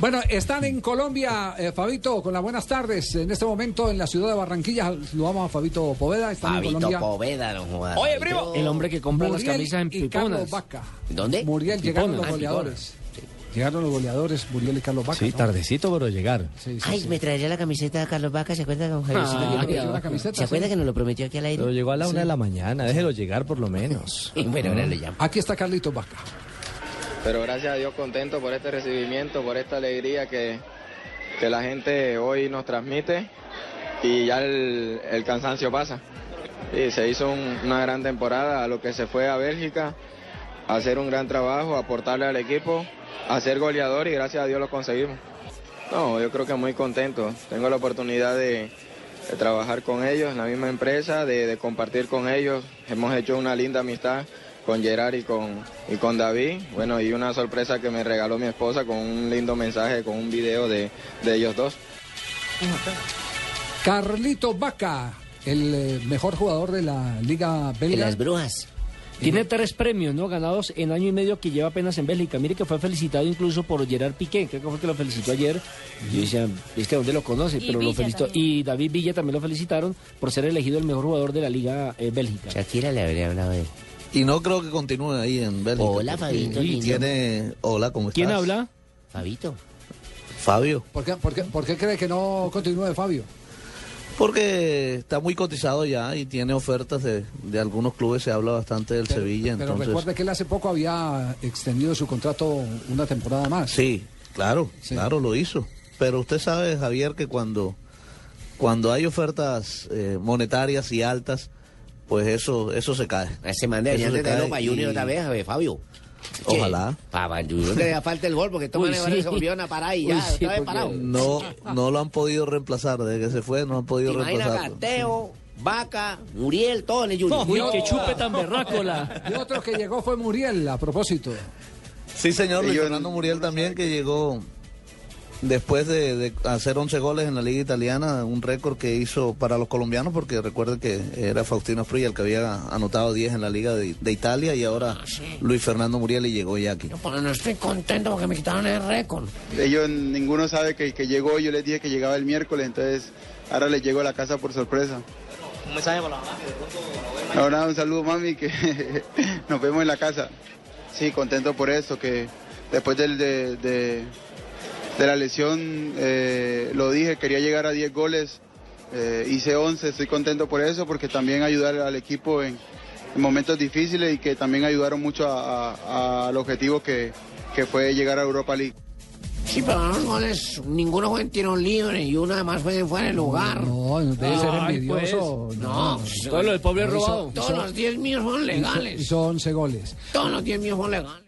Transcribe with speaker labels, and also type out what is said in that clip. Speaker 1: Bueno, están en Colombia, eh, Fabito, con las buenas tardes. En este momento en la ciudad de Barranquilla, saludamos a Fabito Poveda. Están en Colombia.
Speaker 2: Fabito Poveda, don Juan.
Speaker 3: Oye, primo.
Speaker 4: El hombre que compra las
Speaker 1: Muriel
Speaker 4: camisas en
Speaker 1: y Carlos
Speaker 4: piponas.
Speaker 1: Vaca.
Speaker 2: ¿Dónde?
Speaker 1: Muriel, llegaron los
Speaker 4: Piponas. Ah,
Speaker 1: goleadores. Llegaron los goleadores, Muriel y Carlos Vaca.
Speaker 5: Sí,
Speaker 1: ¿no?
Speaker 5: tardecito, pero llegar.
Speaker 1: Sí, sí,
Speaker 2: Ay,
Speaker 1: sí.
Speaker 2: me traería la camiseta de Carlos Vaca, ¿se acuerda, don Javiercito?
Speaker 4: Ah,
Speaker 2: Que nos-
Speaker 4: ya va.
Speaker 1: Una camiseta,
Speaker 2: ¿Se acuerda
Speaker 1: sí.
Speaker 2: que nos lo prometió aquí al
Speaker 5: Pero
Speaker 2: aire?
Speaker 5: llegó a la una de la mañana, déjelo llegar por lo menos.
Speaker 2: Bueno, ahora le llamo.
Speaker 1: Aquí está Carlitos Vaca.
Speaker 6: Pero gracias a Dios contento por este recibimiento, por esta alegría que, que la gente hoy nos transmite y ya el, el cansancio pasa. Y se hizo un- una gran temporada a lo que se fue a Bélgica, a hacer un gran trabajo, a aportarle al equipo, a ser goleador y gracias a Dios lo conseguimos. No, yo creo que muy contento. Tengo la oportunidad de, de trabajar con ellos en la misma empresa, de, de compartir con ellos. Hemos hecho una linda amistad con Gerard y con, y con David. Bueno, y una sorpresa que me regaló mi esposa con un lindo mensaje, con un video de, de ellos dos.
Speaker 1: Carlitos Vaca, el eh, mejor jugador de la Liga
Speaker 2: En
Speaker 1: Belga.
Speaker 2: las brujas.
Speaker 4: Tiene tres premios, ¿no? Ganados en año y medio que lleva apenas en Bélgica. Mire que fue felicitado incluso por Gerard Piqué, creo que fue que lo felicitó ayer. Yo decía, ¿este dónde lo conoce?
Speaker 7: Y
Speaker 4: Pero lo
Speaker 7: Villa
Speaker 4: felicitó.
Speaker 7: también.
Speaker 4: Y David Villa también lo felicitaron por ser elegido el mejor jugador de la Liga eh, Bélgica.
Speaker 2: Shakira le habría hablado de él.
Speaker 8: Y no creo que continúe ahí en Bélgica.
Speaker 2: Hola,
Speaker 8: porque
Speaker 2: Fabito, lindo.
Speaker 8: Tiene... Hola, ¿cómo estás?
Speaker 4: ¿Quién habla?
Speaker 2: Fabito.
Speaker 8: Fabio.
Speaker 1: ¿Por qué, por, qué, por qué cree que no continúe Fabio?
Speaker 8: Porque está muy cotizado ya y tiene ofertas de, de algunos clubes. Se habla bastante del Sevilla.
Speaker 1: Pero
Speaker 8: entonces...
Speaker 1: recuerde que él hace poco había extendido su contrato una temporada más.
Speaker 8: Sí, claro,
Speaker 1: Sí.
Speaker 8: claro, lo hizo. Pero usted sabe, Javier, que cuando, cuando hay ofertas eh, monetarias y altas, pues eso, eso se cae.
Speaker 2: A ese man deberían
Speaker 8: Eso
Speaker 2: de
Speaker 8: se
Speaker 2: tenerlo
Speaker 8: cae
Speaker 2: para Junior
Speaker 8: y-
Speaker 2: otra vez, a ver, Fabio.
Speaker 8: Ojalá.
Speaker 2: Para Junior le da falta el gol porque estos
Speaker 4: Uy,
Speaker 2: manes
Speaker 4: sí.
Speaker 2: ahora se volvieron a parar y ya,
Speaker 4: Uy, sí,
Speaker 2: otra vez
Speaker 4: porque-
Speaker 2: parado.
Speaker 8: No, no lo han podido reemplazar, desde que se fue no han podido
Speaker 2: Imagina
Speaker 8: reemplazarlo.
Speaker 2: Canteo, Vaca, Muriel, todo en el Junior.
Speaker 4: Uy,
Speaker 1: no.
Speaker 4: que chupe tan berrácola.
Speaker 1: Y otro que llegó fue Muriel, a propósito.
Speaker 8: Sí, señor, Luis
Speaker 6: Ellos-
Speaker 8: Fernando Muriel también, que llegó después de, de hacer 11 goles en la Liga Italiana, un récord que hizo para los colombianos, porque recuerden que era Faustino Fruya el que había anotado 10 en la Liga de, de Italia, y ahora Luis Fernando Muriel y llegó ya aquí.
Speaker 2: No, pero no estoy contento porque me quitaron el récord.
Speaker 6: Ellos, ninguno sabe que, que llegó, yo les dije que llegaba el miércoles, entonces ahora les llego a la casa por sorpresa.
Speaker 3: Un mensaje para la mamá.
Speaker 6: Ahora un saludo mami, que nos vemos en la casa. Sí, contento por esto, que después del- de, de- de la lesión eh, lo dije, quería llegar a 10 goles, eh, hice 11, estoy contento por eso, porque también ayudar al equipo en, en momentos difíciles y que también ayudaron mucho a- a- al objetivo que- que fue llegar a Europa League.
Speaker 2: Sí, pero no los goles, ninguno fue en tiro libre y uno además fue de fuera del lugar.
Speaker 1: No, debe ser
Speaker 4: Ay, pues.
Speaker 1: envidioso.
Speaker 2: No,
Speaker 4: Todo lo del pobre
Speaker 1: No hizo-
Speaker 4: robado.
Speaker 2: todos los 10 míos son
Speaker 1: Hizo,
Speaker 2: legales.
Speaker 1: hizo 11 goles.
Speaker 2: Todos los 10 míos son legales.